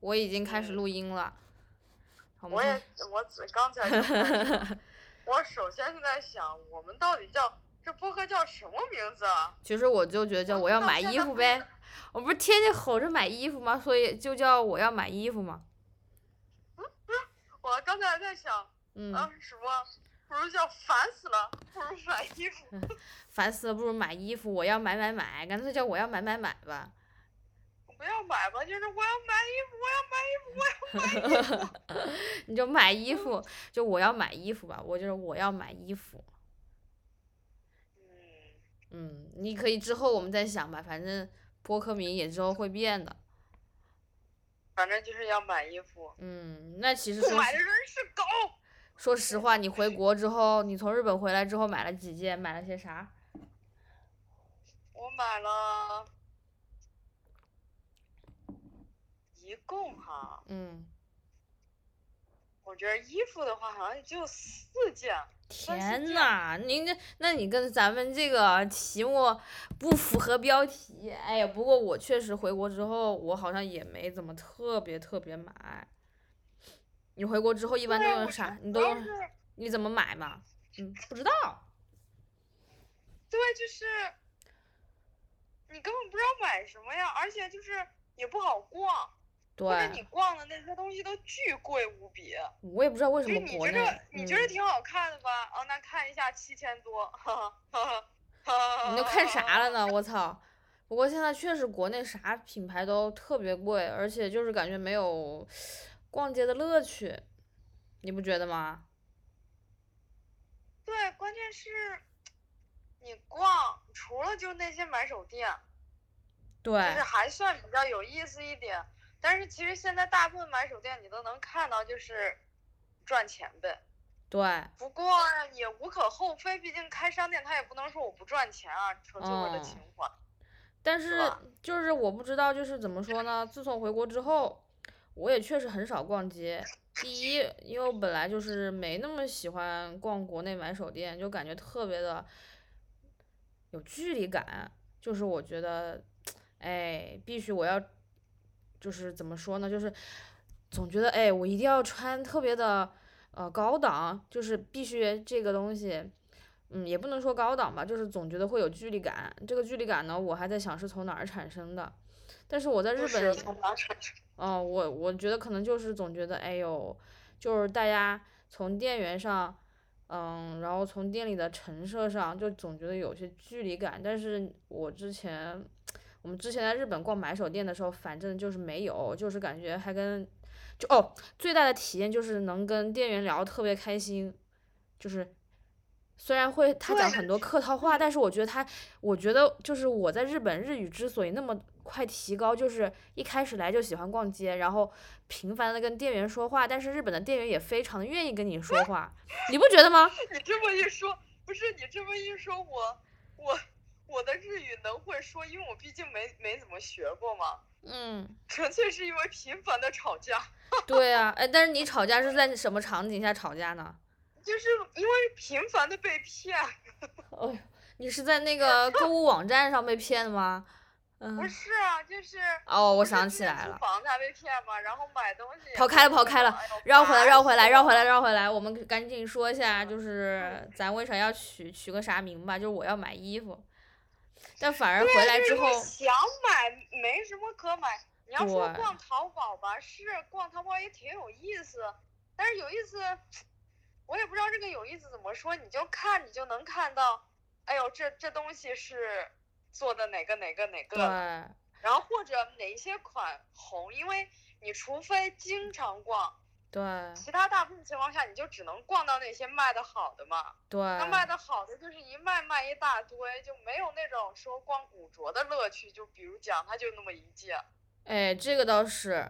我已经开始录音了。好嗯我也，我只刚才就 在想我首先是在想，我们到底叫这播客叫什么名字啊？其实我就觉得哦我要买衣服呗，我不是天天吼着买衣服吗？所以就叫我要买衣服嘛。 我刚才还在想，嗯，啊，什么？不如叫烦死了，不如买衣服。烦死了，不如买衣服，我要买买买，干脆叫我要买买买吧。不要买吧，就是我要买衣服，我要买衣服，我要。你就买衣服，就我要买衣服吧，我就是我要买衣服。嗯，嗯，你可以之后我们再想吧，反正播客名也之后会变的。反正就是要买衣服。嗯，那其实不说买的实人是狗。说实话，你回国之后，你从日本回来之后买了几件，买了些啥？我买了，一共哈，嗯，我觉得衣服的话好像也就四件。天件呐，您这，那你跟咱们这个题目不符合标题。哎呀，不过我确实回国之后，我好像也没怎么特别特别买。你回国之后一般都对啊用我啥？你主都要用是你怎么买嘛？嗯，不知道。对，就是你根本不知道买什么呀，而且就是也不好逛，对或，者你逛的那些东西都巨贵无比。我也不知道为就什是么你国觉内着，你觉嗯着挺好看的吧？哦，那看一下七千多，哈哈哈。嗯你都看啥了？呢？我操！不过现在确实国内啥品牌都特别贵，而且就是感觉没有逛街的乐趣，你不觉得吗？ 对，关键是，你逛除了就那些买手店，对就是还算比较有意思一点。但是其实现在大部分买手店你都能看到，就是赚钱呗。对，不过啊也无可厚非，毕竟开商店他也不能说我不赚钱啊，纯粹我的嗯情怀。但是是吧就是我不知道，就是怎么说呢？自从回国之后，我也确实很少逛街。第一，因为我本来就是没那么喜欢逛国内买手店，就感觉特别的有距离感。就是我觉得，哎，必须我要，就是怎么说呢？就是总觉得，哎，我一定要穿特别的，呃，高档，就是必须这个东西。嗯，也不能说高档吧，就是总觉得会有距离感。这个距离感呢，我还在想是从哪儿产生的。但是我在日就本是从哪产生？哦，我我觉得可能就是总觉得，哎呦，就是大家从店员上，嗯，然后从店里的陈设上，就总觉得有些距离感。但是我之前，我们之前在日本逛买手店的时候，反正就是没有，就是感觉还跟，就哦，最大的体验就是能跟店员聊得特别开心，就是。虽然会他讲对很多客套话，但是我觉得他我觉得就是我在日本日语之所以那么快提高，就是一开始来就喜欢逛街，然后频繁的跟店员说话，但是日本的店员也非常的愿意跟你说话，你不觉得吗？你这么一说，不是你这么一说，我我我的日语能会说，因为我毕竟没没怎么学过嘛，嗯，纯粹是因为频繁的吵架，对啊，哎，但是你吵架是在什么场景下吵架呢？就是因为频繁的被骗，哎呦，你是在那个购物网站上被骗的吗？不嗯，是啊，就是哦，我不是想进起来了租。房他被骗嘛，然后买东西也跑开了被跑骗开了哎呦绕回来，烦绕回来，死绕我回来，了绕回来。我们赶紧说一下，嗯就是咱为啥要取取个啥名吧？就是我要买衣服，但反而对回啊来就是之你后，想买没什么可买。你要说对逛淘宝吧，是逛淘宝也挺有意思，但是有意思，我也不知道这个有意思怎么说，你就看你就能看到，哎呦，这这东西是做的哪个哪个哪个对的，然后或者哪一些款红，因为你除非经常逛，对其他大部分情况下你就只能逛到那些卖的好的嘛。对，那卖的好的就是一卖卖一大堆，就没有那种说光古着的乐趣。就比如讲，它就那么一件，哎，这个倒是。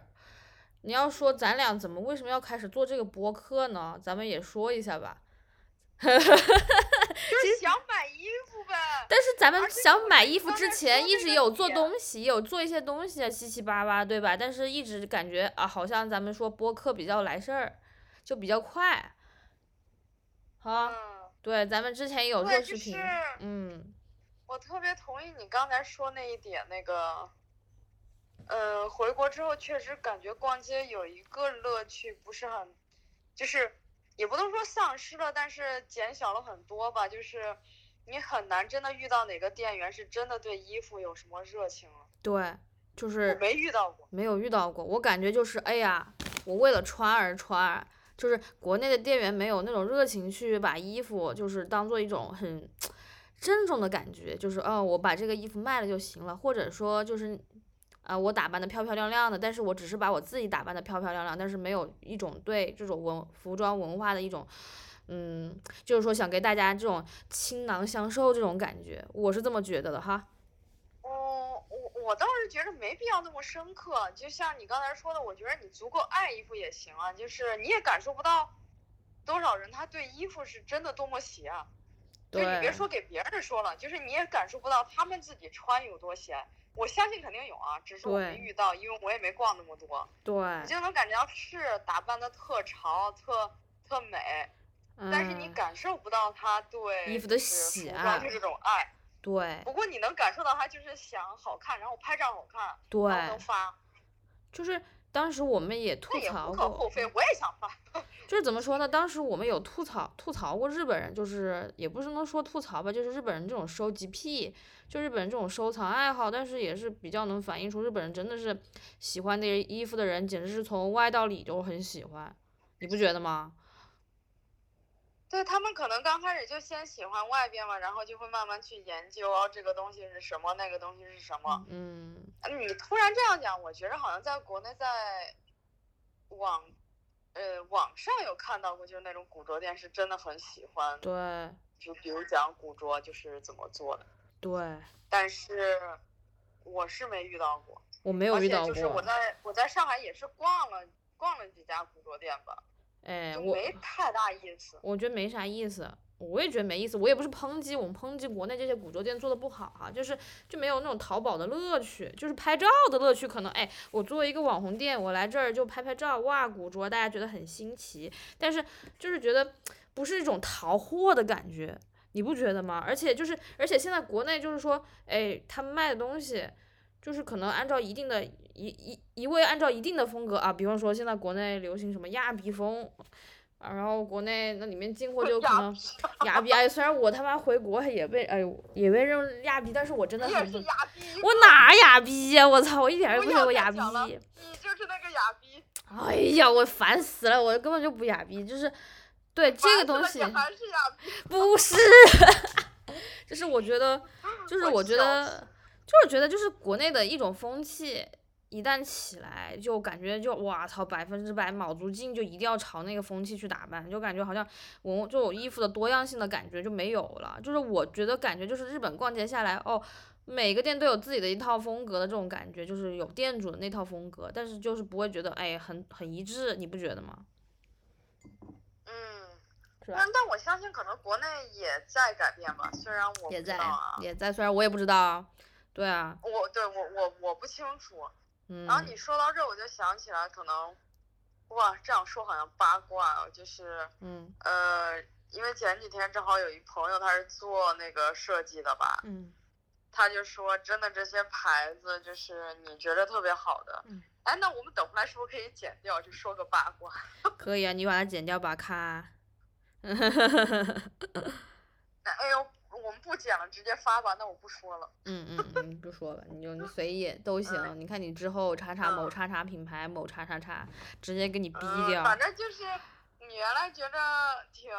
你要说咱俩怎么为什么要开始做这个播客呢？咱们也说一下吧。就是想买衣服呗。但是咱们而且想我买觉衣得服刚之才前说一那直个有做点东西，有做一些东西啊，七七八八，对吧？但是一直感觉啊，好像咱们说播客比较来事儿，就比较快。好啊、嗯，对，咱们之前也有做对，视就频是，嗯，我特别同意你刚才说那一点，那个呃，回国之后确实感觉逛街有一个乐趣不是很，就是也不能说丧失了，但是减小了很多吧。就是你很难真的遇到哪个店员是真的对衣服有什么热情了，对，就我是没遇到过。没有遇到过。我感觉就是，哎呀，我为了穿而穿，就是国内的店员没有那种热情去把衣服就是当做一种很珍重的感觉，就是哦，我把这个衣服卖了就行了，或者说就是，啊、我打扮的漂漂亮亮的，但是我只是把我自己打扮的漂漂亮亮，但是没有一种对这种文服装文化的一种。嗯，就是说想给大家这种倾囊相授这种感觉，我是这么觉得的哈。哦，我我倒是觉得没必要那么深刻，就像你刚才说的，我觉得你足够爱衣服也行啊，就是你也感受不到多少人他对衣服是真的多么喜爱、就对，你别说给别人说了，就是你也感受不到他们自己穿有多喜爱。我相信肯定有啊，只是我没对遇到，因为我也没逛那么多，对你，就能感觉到是打扮的特潮、特特美，但是你嗯感受不到他对衣服的啊就是喜服爱装的这种爱。对不过你能感受到他就是想好看，然后拍照好看，然后对能，发，就是当时我们也吐那也槽无可厚过，非。我也想发，就是怎么说呢？当时我们有吐槽吐槽过日本人，就是也不是能说吐槽吧，就是日本人这种收集癖，就日本人这种收藏爱好，但是也是比较能反映出日本人真的是喜欢那衣服的人，简直是从外到里都很喜欢，你不觉得吗？对他们可能刚开始就先喜欢外边嘛，然后就会慢慢去研究啊这个东西是什么，那个东西是什么。嗯，你突然这样讲，我觉得好像在国内在网呃网上有看到过，就是那种古着店是真的很喜欢，对就比如讲古着就是怎么做的，对，但是我是没遇到过。我没有遇到而且就是我过，在我在上海也是逛了逛了几家古着店吧，哎，就我没太大意思。我觉得没啥意思，我也觉得没意思。我也不是抨击，我们抨击国内这些古着店做的不好啊，就是就没有那种淘宝的乐趣，就是拍照的乐趣。可能哎，我作为一个网红店，我来这儿就拍拍照，哇，古着大家觉得很新奇，但是就是觉得不是一种淘货的感觉，你不觉得吗？而且就是，而且现在国内就是说，哎，他们卖的东西。就是可能按照一定的一一一味按照一定的风格啊，比方说现在国内流行什么亚逼风，啊，然后国内那里面进 货就可亚能亚逼，哎，虽然我他妈回国也被哎呦也被认为亚逼，但是我真的你也很是不，亚逼，我哪亚逼呀、我操，我一点儿也不不觉要得我再亚逼。讲了你就是那个亚逼。哎呀，我烦死了，我根本就不亚逼，就是对这个东西完了你还是亚逼，不是，就是我觉得， 就是我我觉笑得死，就是觉得，就是国内的一种风气一旦起来，就感觉就哇操，百分之百卯足劲，就一定要朝那个风气去打扮，就感觉好像我这种衣服的多样性的感觉就没有了。就是我觉得感觉就是日本逛街下来，哦，每个店都有自己的一套风格的这种感觉，就是有店主的那套风格，但是就是不会觉得哎很很一致，你不觉得吗？嗯，是吧但但我相信可能国内也在改变吧，虽然我也不知在道啊，也在，虽然我也不知道啊，对啊，我对我我我不清楚。嗯然，后你说到这，我就想起来可能，哇，这样说好像八卦啊，就是嗯呃，因为前几天正好有一朋友他是做那个设计的吧，嗯他就说真的这些牌子就是你觉得特别好的嗯，哎，那我们等回来是不是可以剪掉，就说个八卦？ 可嗯以啊，你把它剪掉吧，咔。那哎呦，我们不剪了，直接发吧。那我不说了。嗯嗯，嗯，你不说了，你就你随意都行。你看你之后查查某嗯叉叉品牌某叉叉叉，直接给你逼嗯掉。反正就是你原来觉着挺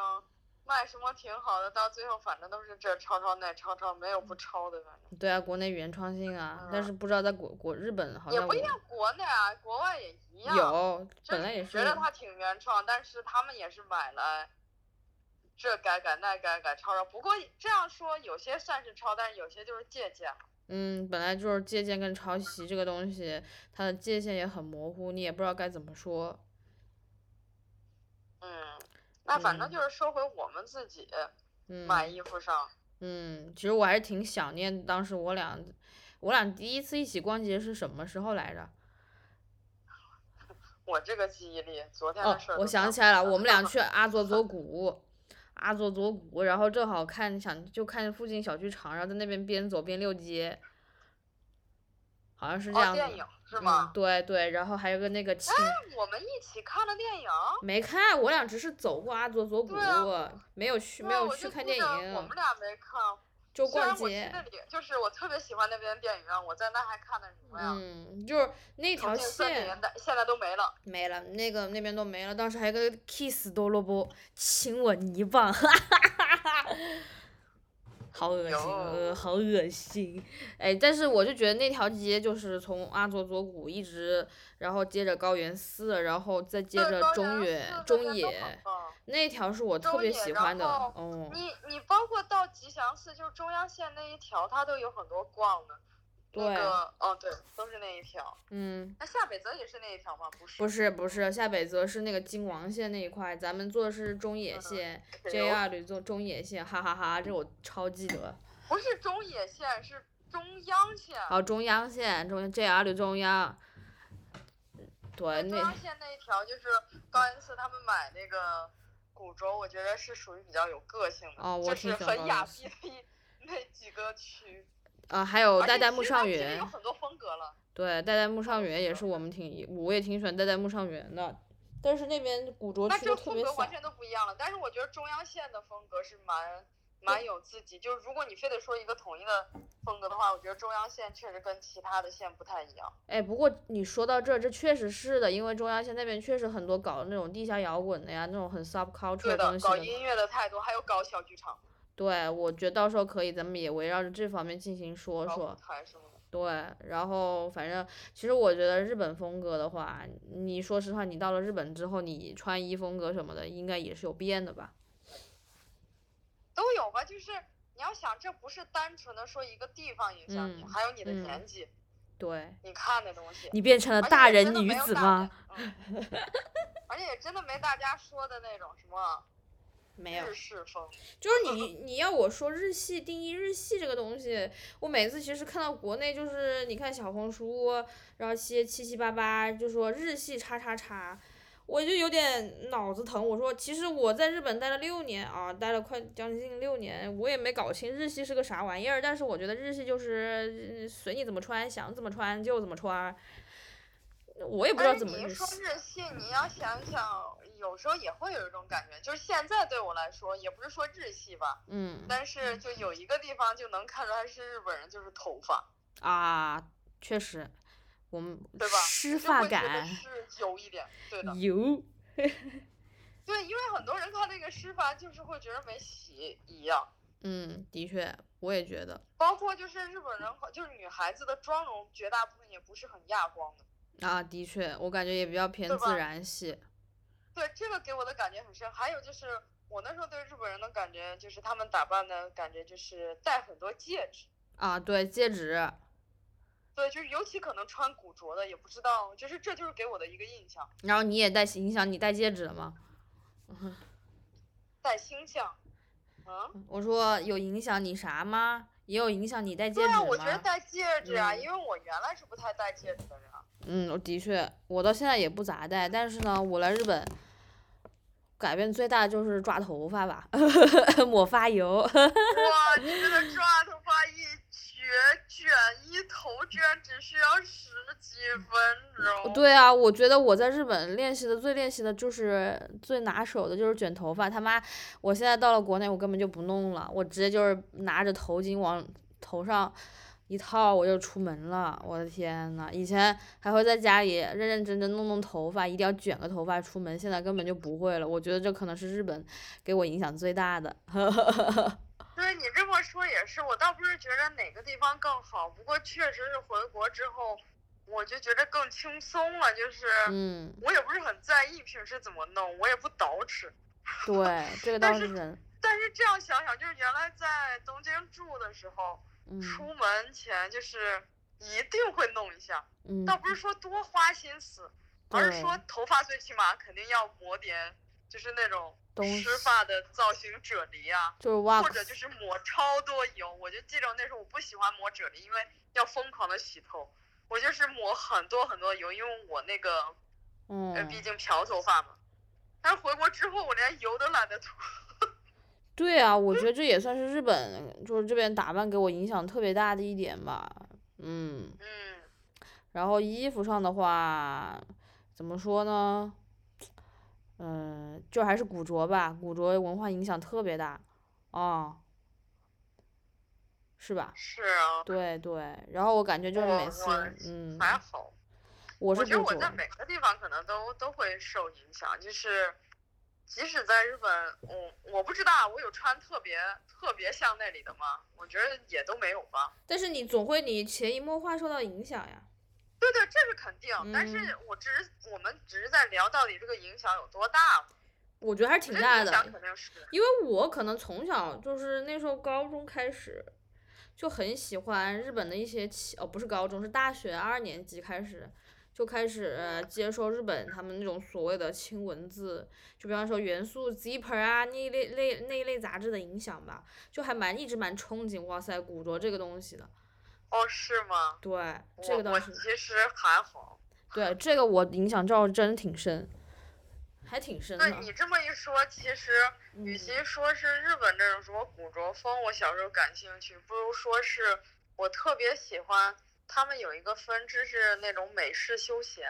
卖什么挺好的，到最后反正都是这抄抄那抄抄，没有嗯不抄的，反正对啊，国内原创性啊，但嗯是不知道在国国日本好也像不我一定国内啊，国外也一样。有，就本来也是觉得它挺原创，但是他们也是买来。这改改那改改抄抄，不过这样说有些算是抄，但是有些就是借鉴。嗯，本来就是借鉴跟抄袭这个东西，它的界限也很模糊，你也不知道该怎么说。嗯，那反正嗯就是说回我们自己嗯，买衣服上，嗯，其实我还是挺想念当时我俩，我俩第一次一起逛街是什么时候来着？我这个记忆力，昨天哦的事儿，我都想不起来了，了我们俩去阿佐 佐谷，阿佐佐谷，然后正好看想就看附近小剧场，然后在那边边走边溜街。好像是这哦，样子。电影是嗯吗？？啊对对，然后还有个那个亲，我们一起看了电影。没看，我俩只是走过阿佐佐谷对啊，没有去没对有我去就看记电得我影们，俩没看。就虽然逛我去街那。里，就是我特别喜欢那边电影院，我在那还看的什么呀？嗯，就是那重条庆三几年线代现在都没了。没了，那个那边都没了。当时还有个 kiss 多萝卜，亲我泥巴， 好恶心，呃，有好恶心。哎，但是我就觉得那条街就是从阿佐佐谷一直，然后接着高原寺，然后再接对着高中野原寺那中边都野好逛那条是我特中别野喜然欢的，后哦，你你包括到吉祥寺，就是中央线那一条，它都有很多逛的。对那个，哦，对，都是那一条。嗯，那下北泽也是那一条吗？不是。不是不是，下北泽是那个京王线那一块，咱们坐的是中野嗯线、北流 JR 旅坐中野线，哈哈哈这我超记得。不是中野线，是中央线。然后中央线，中 JR 旅中央，对，中央那线那一条就是高原寺他们买那个古着，我觉得是属于比较有个性的，哦我就挺是喜欢很高雅原碧的一那几个区。呃还有而代且代其木实它上其实元有，很多风格了。对，代代木上有元几也个是我们挺，我也挺喜欢代代木上元的，但是那边古着那区都这特风别格小完，全都不一样了。但是我觉得中央线的风格是蛮蛮有自己，就是如果你非得说一个统一的风格的话，我觉得中央线确实跟其他的线不太一样。哎，不过你说到这儿，这确实是的，因为中央线那边确实很多搞那种地下摇滚的呀，那种很 subculture 对的东，西搞的。音乐的太多，还有搞小剧场、对，我觉得到时候可以，咱们也围绕着这方面进行说搞舞说。台什么的。对，然后反正其实我觉得日本风格的话，你说实话，你到了日本之后，你穿衣风格什么的，应该也是有变的吧？都有吧，就是你要想，这不是单纯的说一个地方影响你，嗯还有你的嗯年纪，对，你看的东西。你变成了而且大也人真的女没有子大吗？人？嗯 而且也真的没大家说的那种什么没有日，式风，嗯就是你你要我说日系定义日系这个东西，我每次其实看到国内就是你看小红书，然后些七七八八就说日系叉叉叉，我就有点脑子疼。我说其实我在日本待了六年啊，待了快将近六年，我也没搞清日系是个啥玩意儿。但是我觉得日系就是嗯随你怎么穿，想怎么穿就怎么穿，我也不知道但是怎么哎你一日说系。日系，你要想想，有时候也会有一种感觉，就是现在对我来说，也不是说日系吧，嗯但是就有一个地方就能看出来是日本人，就是头发，啊，确实，我们对吧？湿就发会觉得感嗯是有一点，对的，油。对，因为很多人看那个湿发，就是会觉得没洗一样。嗯，的确，我也觉得包括就是日本人，就是女孩子的妆容，绝大部分也不是很亚光的。啊，的确，我感觉也比较偏对自吧然系。对，这个给我的感觉很深。还有就是我那时候对日本人的感觉，就是他们打扮的感觉就是戴很多戒指。啊，对，戒指，对，就是尤其可能穿古着的，也不知道，就是这就是给我的一个印象，然后你也戴，影响你戴戒指了吗？戴星象。嗯，我说有影响你啥吗？也有影响你戴戒对指啊，吗？我觉得戴戒指啊，嗯因为我原来是不太戴戒指的人啊。嗯，的确，我到现在也不咋戴，但是呢，我来日本，改变最大的就是抓头发吧， 抹发油。哇，你这个抓头发一绝卷一头，居然只需要十几分钟。对啊，我觉得我在日本练习的最练习的就是最拿手的就是卷头发。他妈，我现在到了国内，我根本就不弄了，我直接就是拿着头巾往头上一套，我就出门了。我的天呐，以前还会在家里认认真真弄弄头发，一定要卷个头发出门，现在根本就不会了。我觉得这可能是日本给我影响最大的。对你这么说也是，我倒不是觉得哪个地方更好，不过确实是回国之后，我就觉得更轻松了。就是嗯，我也不是很在意平时怎么弄，我也不捯饬。对，这个但倒是是真。但是这样想想，就是原来在东京住的时候，嗯出门前就是一定会弄一下，嗯，倒不是说多花心思，而是对说头发最起码肯定要抹点，就是那种东湿西发的造型啫喱啊。就是或 wax 者就是抹超多油。我就记着那时候我不喜欢抹啫喱，因为要疯狂的洗头。我就是抹很多很多油，因为我那个呃，嗯。毕竟漂头发嘛。但是回国之后，我连油都懒得涂。对啊，我觉得这也算是日本，就是这边打扮给我影响特别大的一点吧。嗯，嗯，然后衣服上的话，怎么说呢？嗯、就还是古着吧，古着文化影响特别大，啊，是吧？是啊，对对，然后我感觉就是我每次我，嗯，还好。我是觉得古我着在，每个地方可能都都会受影响，就是即使在日本，我我不知道我有穿特别特别像那里的吗？我觉得也都没有吧。但是你总会你潜移默化受到影响呀。对对，这是肯定，但是嗯我只是我们只是在聊到底这个影响有多大嘛，我觉得还是我挺觉得大影的，响肯定是。因为我可能从小就是那时候高中开始，就很喜欢日本的一些企，哦，不是高中，是大学二年级开始就开始呃接受日本他们那种所谓的轻文字，就比方说元素 Zipper 啊那一类类那一类杂志的影响吧，就还蛮一直蛮憧憬，哇塞，古着这个东西的，哦，是吗？对，我这个倒我是，其实还好。对，这个我影响照真挺深，还挺深对的，你这么一说，其实与嗯其说是日本这种什么古着风，我小时候感兴趣，不如说是我特别喜欢他们有一个分支是那种美式休闲。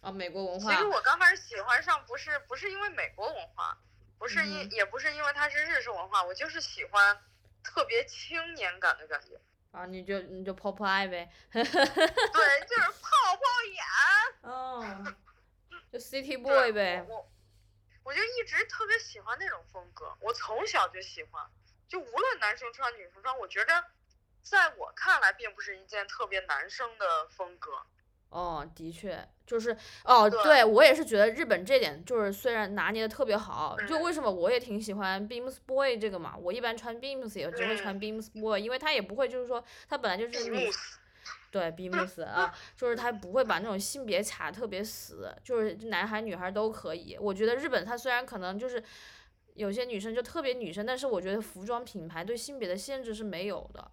啊，美国文其化实，我刚开始喜欢上不是不是因为美国文化，不是因、嗯也不是因为它是日式文化，我就是喜欢特别青年感的感觉。啊，你就你就抛抛爱呗。对， 就是泡泡眼。哦，就 City 对 Boy 呗。我我我就一直特别喜欢那种风格，我从小就喜欢，就无论男生穿女生穿，我觉得在我看来并不是一件特别男生的风格。哦，的确，就是哦，对对我也是觉得日本这点就是虽然拿捏的特别好，就嗯为什么我也挺喜欢 Beams Boy 这个嘛，我一般穿 Beams 也嗯只会穿 Beams Boy，因为他也不会就是说他本来就是闭女目对 Beams 啊，就是他不会把那种性别卡特别死，就是男孩女孩都可以。我觉得日本它虽然可能就是有些女生就特别女生，但是我觉得服装品牌对性别的限制是没有的。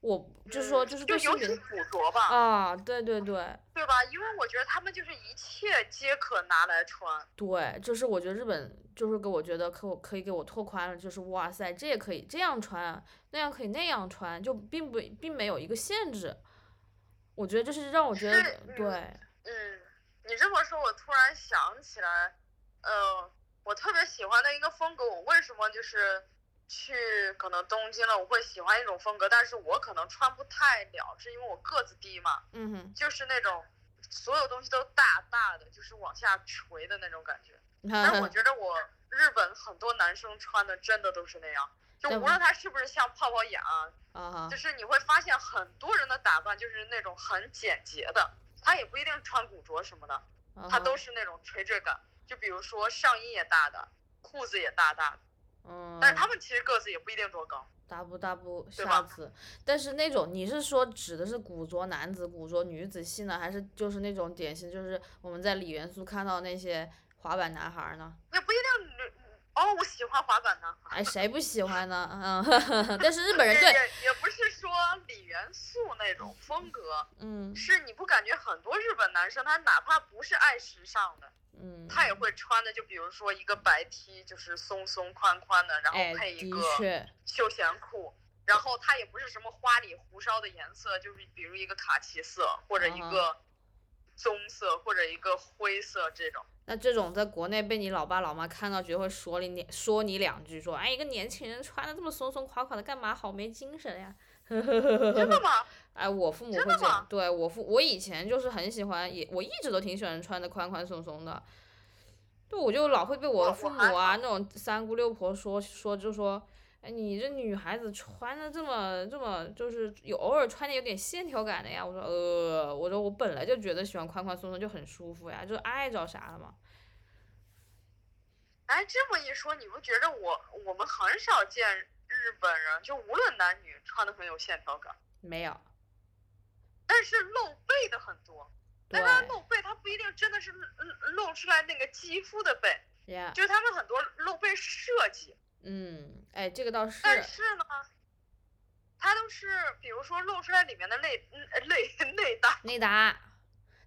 我就是说，嗯就是对性就尤其别是的古着吧，啊，对对对对吧？因为我觉得他们就是一切皆可拿来穿。对，就是我觉得日本就是给我觉得可我可以给我拓宽了，就是哇塞，这也可以这样穿，啊那样可以那样穿，就并不并没有一个限制。我觉得这是让我觉得是嗯对，嗯，你这么说，我突然想起来，呃，我特别喜欢的一个风格，我为什么就是去可能东京了，我会喜欢一种风格，但是我可能穿不太了，是因为我个子低嘛，嗯哼，就是那种所有东西都大大的，就是往下垂的那种感觉。你但是看我。觉得我日本很多男生穿的真的都是那样，就对无论他是不是像泡泡眼啊，啊哈就，是你会发现很多人的打扮就是那种很简洁的，他也不一定穿古着什么的。啊它哈都是那种垂坠感，就比如说上衣也大的，裤子也大大的，嗯，但是他们其实个子也不一定多高。大不大不下对吧次，但是那种你是说指的是古着男子、古着女子系呢，还是就是那种典型就是我们在李元素看到那些滑板男孩儿呢？也不一定女哦，我喜欢滑板男孩。哎，谁不喜欢呢？嗯， 但是日本人也对，也也不是说李元素那种风格，嗯是你不感觉很多日本男生他哪怕不是爱时尚的，嗯，他也会穿的，就比如说一个白 T，就是松松宽宽的，然后哎，配的一个确，休闲裤，然后它也不是什么花里胡哨的颜色，就是比如一个卡其色或者嗯一哼个棕色或者一个灰色这种。那这种在国内被你老爸老妈看到，绝对会说你两说你两句，说哎，一个年轻人穿的这么松松垮垮的，干嘛好没精神呀？真的吗？哎，我父母真会的这样吗。对我父，我以前就是很喜欢，也我一直都挺喜欢穿的宽宽松松的。就我就老会被我我我父母还啊那种三姑六婆说说，就说，哎，你这女孩子穿的这么这么，就是有偶尔穿的有点线条感的呀。我说呃，我说我本来就觉得喜欢宽宽松松就很舒服呀，就爱找啥了嘛。哎，这么一说，你不觉得我我们很少见日本人，就无论男女穿的很有线条感，没有，但是露背的很多。对但他露背，他不一定真的是嗯露出来那个肌肤的背，呀，就是他们很多露背设计，嗯，哎，这个倒是，但是呢，它都是比如说露出来里面的内嗯呃内内搭，内搭，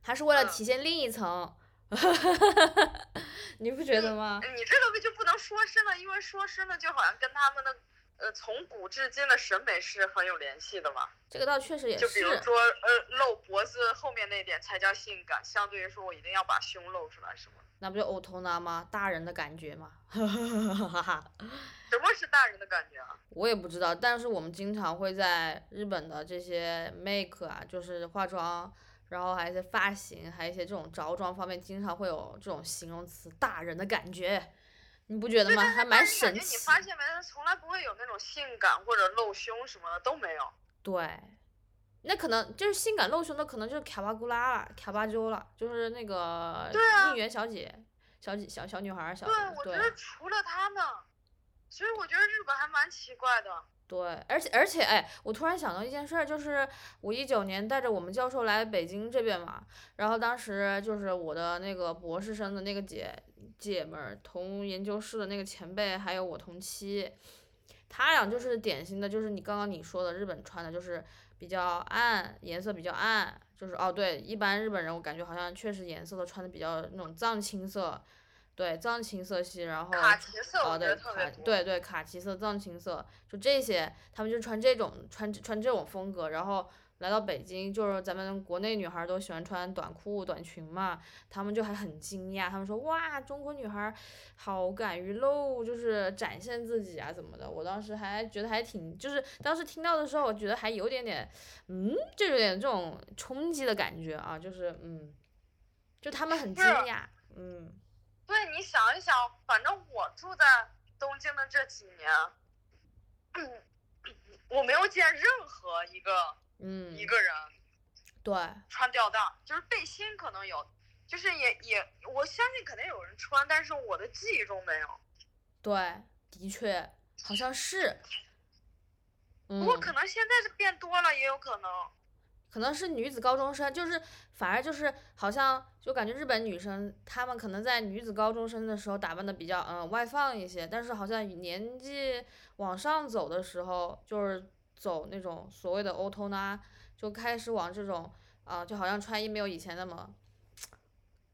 它是为了嗯体现另一层， 你不觉得吗？嗯啊你这个不就不能说深了，因为说深了就好像跟他们的呃从古至今的审美是很有联系的嘛。这个倒确实也就比如是，说呃露脖子后面那点才叫性感，相对于说我一定要把胸露出来什么的。那不就偶头男吗？大人的感觉嘛， 哈哈哈哈哈。什么是大人的感觉啊？我也不知道，但是我们经常会在日本的这些 make 啊，就是化妆，然后还有一些发型，还有一些这种着装方面，经常会有这种形容词“大人的感觉”，你不觉得对，吗？但是还但蛮是感神觉奇你。发现没，从来不会有那种性感或者露胸什么的都没有。对，那可能就是性感露胸的，可能就是卡巴古拉了、卡巴鸠了，就是那个对啊应援小姐、小姐、小小女孩儿、小对，我觉得除了他们，其实我觉得日本还蛮奇怪的。对，而且而且，哎，我突然想到一件事儿，就是我一九年带着我们教授来北京这边嘛，然后当时就是我的那个博士生的那个姐姐们儿，同研究室的那个前辈，还有我同期，他俩就是典型的，就是你刚刚你说的日本穿的，就是比较暗，颜色比较暗，就是哦对，一般日本人我感觉好像确实颜色都穿的比较那种藏青色，对，藏青色系，然后卡其色哦，我觉得对，特卡别多。对对卡其色、藏青色，就这些，他们就穿这种穿穿这种风格，然后来到北京，就是咱们国内女孩儿都喜欢穿短裤、短裙嘛，他们就还很惊讶，他们说哇，中国女孩儿好敢于露，就是展现自己啊怎么的。我当时还觉得还挺，就是当时听到的时候，我觉得还有点点，嗯，就有点这种冲击的感觉啊，就是嗯，就他们很是啊惊讶，嗯。对，你想一想，反正我住在东京的这几年，嗯我没有见任何一个、嗯，一个人对，穿吊带儿，就是背心可能有，就是也也我相信肯定有人穿，但是我的记忆中没有。对，的确，好像是。嗯不，过可能现在是变多了，也有可能。可能是女子高中生，就是反而就是好像就感觉日本女生她们可能在女子高中生的时候打扮的比较嗯、呃外放一些，但是好像年纪往上走的时候，就是走那种所谓的 o t o n 就开始往这种啊、就好像穿衣没有以前那么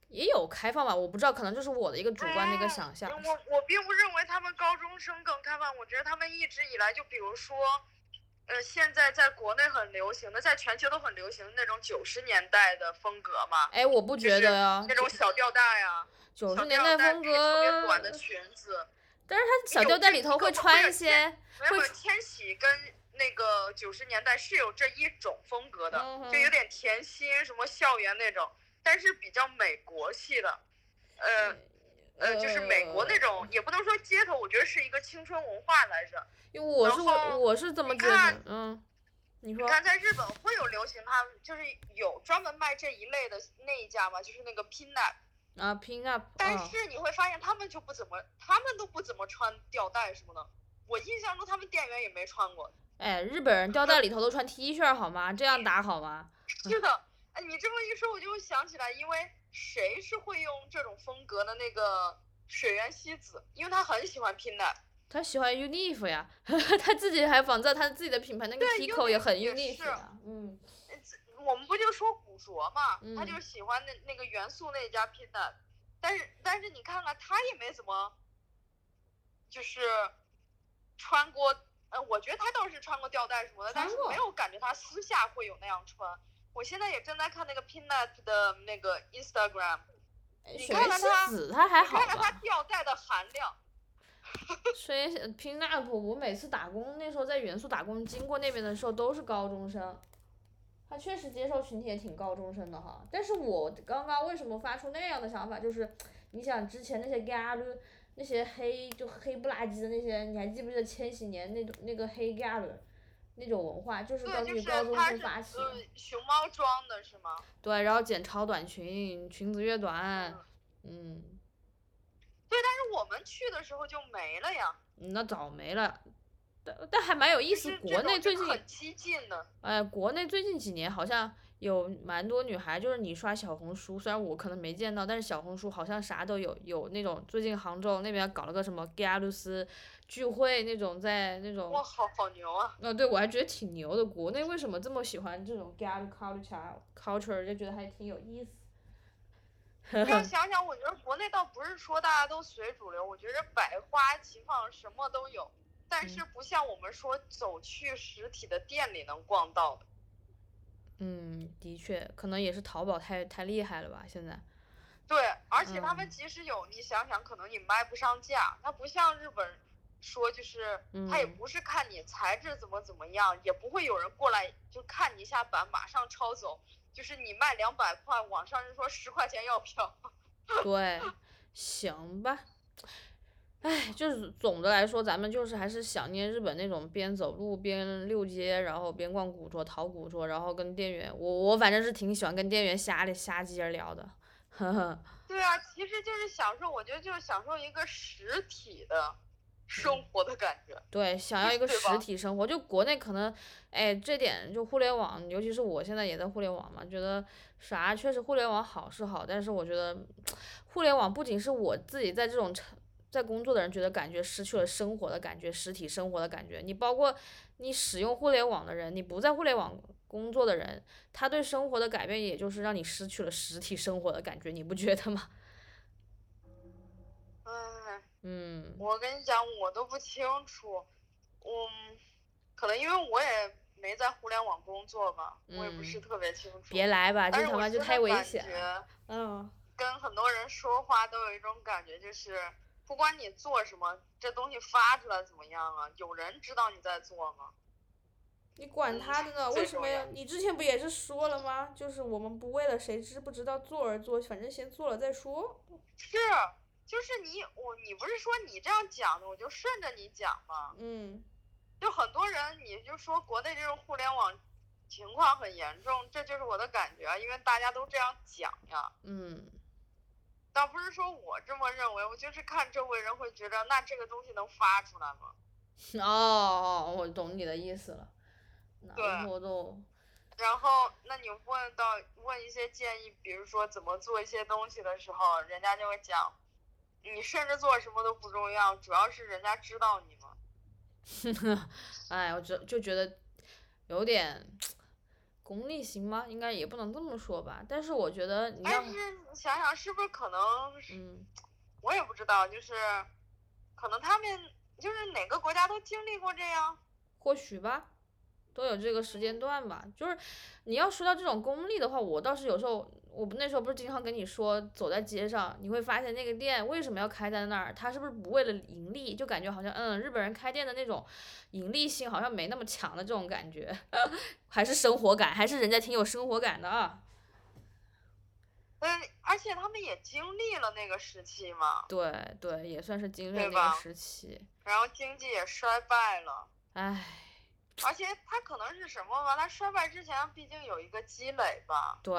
也有开放吧，我不知道，可能就是我的一个主观的一个嗯想象。我我并不认为他们高中生更开放，我觉得他们一直以来就比如说，呃，现在在国内很流行的，在全球都很流行的那种九十年代的风格嘛，哎，我不就觉是得呀，那种小吊带呀、九小十年代吊带风配特别短的格，裙子，但是它小有吊带这里一头个会吗穿会一有些，没有会千禧跟那个九十年代是有这一种风格的，嗯就有哼点甜心什么校园那种，但是比较美国系的，呃。呃，就是美国那种，也不能说街头，我觉得是一个青春文化来着。因为我然是后我我是这么你觉得看，嗯，你你说，看，在日本会有流行，它就是有专门卖这一类的那一家嘛，就是那个 Pinup。啊，pin up，但嗯是你会发现，他们就不怎么，他们都不怎么穿吊带什么的。我印象中，他们店员也没穿过。哎，日本人吊带里头都穿 T 恤儿好吗？这样打好吗？是的，哎，你这么一说，我就想起来，因为谁是会用这种风格的那个水原希子，因为她很喜欢 Pinup。他喜欢 Unive 呀， 他自己还仿造他自己的品牌，那个对 Tico 也很 Unive 也 Unive 是的，嗯，我们不就说古着嘛，他嗯就喜欢那那个元素那家拼的，但是但是你看看他也没怎么，就是穿过，呃，我觉得他倒是穿过吊带什么的，但穿是过没有感觉他私下会有那样穿。我现在也正在看那个 Pinup 的那个 Instagram，哎你水看原看希他子他还你好看看他吧？吊带的含量，水原希 pin up，我每次打工那时候在元素打工经过那边的时候都是高中生。他确实接受群体也挺高中生的哈，但是我刚刚为什么发出那样的想法，就是你想之前那些嘎噜，那些黑就黑不拉几的那些，你还记不记得千禧年那种那个黑嘎噜那种文化，就是根对，就据是高中他生是发起的，呃熊猫装的是吗？对，然后剪超短裙，裙子越短，嗯，但是我们去的时候就没了呀，嗯那早没了，但但还蛮有意就思。是这国内种就最近很激进的。哎，国内最近几年好像有蛮多女孩，就是你刷小红书，虽然我可能没见到，但是小红书好像啥都有，有那种最近杭州那边搞了个什么 g a 露斯聚会那种，在那种哇，，好好牛 啊！呃，对我还觉得挺牛的。国内为什么这么喜欢这种 g a 露 culture culture，就觉得还挺有意思。要想想，我觉得国内倒不是说大家都随主流，我觉得百花齐放，什么都有。但嗯是不像我们说走去实体的店里能逛到的。嗯，的确，可能也是淘宝太太厉害了吧，现在。对，而且他们嗯即使有，你想想，可能你卖不上价，它不像日本说就是，他也嗯不是看你材质怎么怎么样，也不会有人过来就看你一下板马上抄走，就是你卖两百块，网上人说十块钱要票，对，行吧。哎，就是总的来说，咱们就是还是想念日本那种边走路边溜街，然后边逛古着、淘古着，然后跟店员，我我反正是挺喜欢跟店员瞎里瞎鸡儿聊的，呵呵，对啊，其实就是享受，我觉得就是享受一个实体的生活的感觉。对，想要一个对实吧体生活。就国内可能，哎，这点就互联网，尤其是我现在也在互联网嘛，觉得啥确实互联网好是好，但是我觉得互联网不仅是我自己在这种城在工作的人觉得感觉失去了生活的感觉，实体生活的感觉。你包括你使用互联网的人，你不在互联网工作的人，他对生活的改变，也就是让你失去了实体生活的感觉，你不觉得吗？唉，嗯我跟你讲，我都不清楚，嗯，可能因为我也没在互联网工作吧，我也不是嗯特别清楚。别来吧，这但是他我妈就真的太危感险了。觉嗯，跟很多人说话都有一种感觉，就是不管你做什么，这东西发出来怎么样啊，有人知道你在做吗？你管嗯他的呢？最为什重么要要？你之前不也是说了吗？就是我们不为了谁知不知道做而做，反正先做了再说。是，就是你我你不是说你这样讲的，我就顺着你讲吗？嗯就很多人你就说国内这种互联网情况很严重，这就是我的感觉，啊因为大家都这样讲呀。嗯 倒不是说我这么认为，我就是看周围人会觉得，那这个东西能发出来吗？哦哦，我懂你的意思了。对然后都然后，那你问到问一些建议，比如说怎么做一些东西的时候，人家就会讲，你甚至做什么都不重要，主要是人家知道你嘛。哎，我就就觉得有点功利型吗？应该也不能这么说吧。但是我觉得你要但是你想想，是不是可能是？嗯我也不知道，就是可能他们就是哪个国家都经历过这样。或许吧，都有这个时间段吧。就是你要说到这种功利的话，我倒是有时候，我不那时候不是经常跟你说，走在街上你会发现那个店为什么要开在那儿，它是不是不为了盈利？就感觉好像嗯，日本人开店的那种盈利性好像没那么强的这种感觉， 还是生活感，还是人家挺有生活感的啊。嗯，而且他们也经历了那个时期嘛，对对，也算是经历了对那吧个时期。然后经济也衰败了，唉，而且他可能是什么吧？他衰败之前毕竟有一个积累吧。对，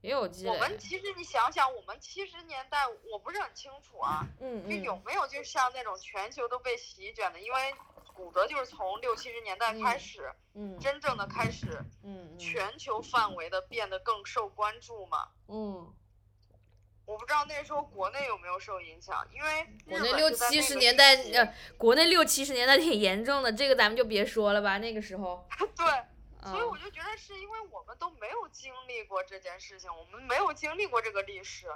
也有积我累。们其实你想想，我们七十年代我不是很清楚啊，嗯就有嗯没有就像那种全球都被席卷的，因为古德就是从六七十年代开始，嗯真正的开始嗯嗯全球范围的变得更受关注嘛。嗯。我不知道那时候国内有没有受影响，因为国日内本六就在七那十个年时代，期呃，国内六七十年代挺严重的，这个咱们就别说了吧。那个时候，对，所以嗯我就觉得是因为我们都没有经历过这件事情，我们没有经历过这个历史，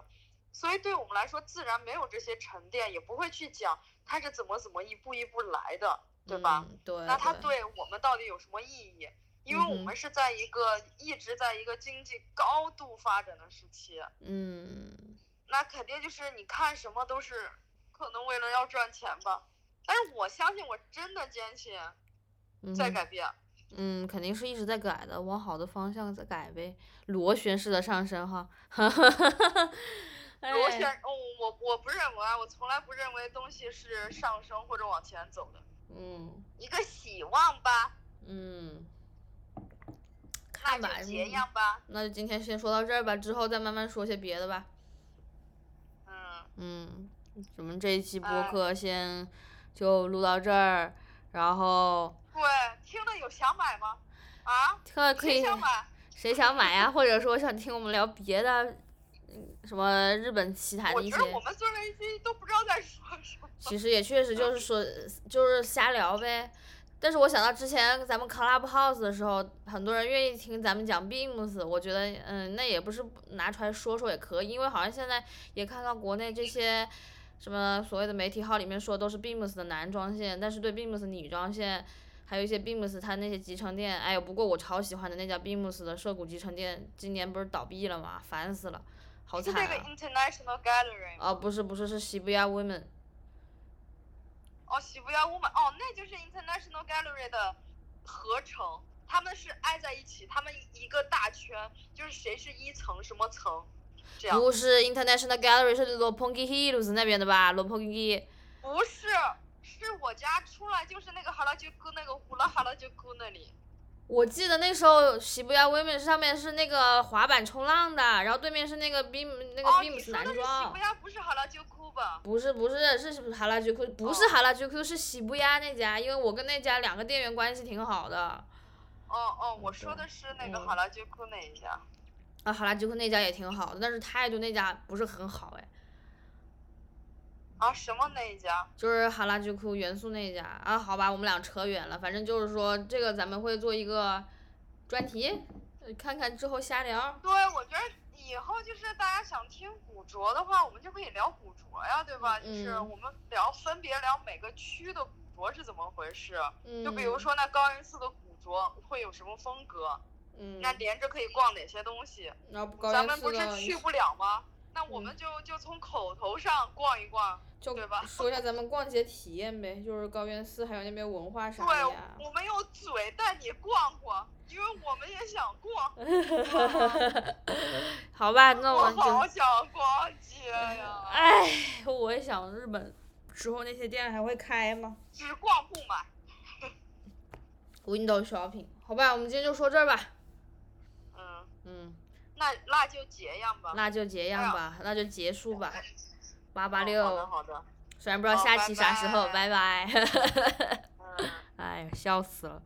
所以对我们来说自然没有这些沉淀，也不会去讲它是怎么怎么一步一步来的，对吧？嗯对，那它对，对我们到底有什么意义？因为我嗯们是在一个一直在一个经济高度发展的时期，嗯，那肯定就是你看什么都是可能为了要赚钱吧。但是我相信，我真的坚信嗯在哼改变。嗯，肯定是一直在改的，往好的方向在改呗，螺旋式的上升哈。哎螺旋，哦，我我不认为啊，我从来不认为东西是上升或者往前走的，嗯一个希望吧，嗯，那看吧嗯就，结样吧，那就今天先说到这儿吧，之后再慢慢说些别的吧。嗯，嗯，我们这一期播哎客先就录到这儿，然后对，听了有想买吗？啊，可可谁以想买？谁想买呀、或者说想听我们聊别的，嗯，什么日本奇谈我的一觉些，得我们做了一期都不知道在说什么，其实也确实就是说就是瞎聊呗。但是我想到之前咱们 Clubhouse 的时候，很多人愿意听咱们讲 Beams，我觉得嗯，那也不是拿出来说说也可以，因为好像现在也看到国内这些什么所谓的媒体号里面说都是 Beams 的男装线，但是对 Beams 女装线，还有一些 Beams 它那些集成店，哎呦，不过我超喜欢的那家 Beams 的涉谷集成店，今年不是倒闭了吗？烦死了，好是惨那个啊！ International Gallery 吗？啊，不是不是，是喜布亚 Women，哦，喜不亚 woman，哦，那就是 International Gallery 的合成，他们是挨在一起，他们一个大圈，就是谁是一层什么层，这样。不是 International Gallery，是 l o p o n g i Hills 那边的吧 l o p o n g i 不是，是我家出来就是那个哈拉就姑那个乌拉哈拉就姑那里。我记得那时候喜布亚 Women 上面是那个滑板冲浪的，然后对面是那个 Beam 那个哦，你 Beams 说男的是喜装不。亚不是哈拉就姑吧？不是不是是哈拉 GQ，不是哦哈拉 GQ，是喜布亚那家，因为我跟那家两个店员关系挺好的。哦哦，我说的是那个嗯哈拉就姑那一家。啊，哈拉 GQ 那家也挺好的，但是态度那家不是很好哎，啊，什么那一家？就是哈拉 GQ 元素那家啊。好吧，我们俩扯远了，反正就是说这个咱们会做一个专题，呃看看之后瞎聊。对，我觉得以后就是大家想听古着的话，我们就可以聊古着呀，对吧？就是嗯我们聊分别聊每个区的古着是怎么回事，嗯，就比如，说那高圆寺的古着会有什么风格，嗯，那连着可以逛哪些东西，然后高咱原们不寺是的，嗯去不了吗？那我们就就从口头上逛一逛，就对吧说一下咱们逛街体验呗，就是高原寺还有那边文化啥对的呀。，我们用嘴带你逛逛，因为我们也想逛， 好吧， 那我我就。好想逛街 呀，哎，我也想日本之后那些店还会开吗只逛不买。 ？Window Shopping，好吧，我们今天就说这儿吧。嗯，嗯，那那就结样吧。那就结样吧，那就结束吧。八八好的六，好的，虽然不知道好下拜期啥时候，拜拜拜。 嗯。哎呀，笑死了。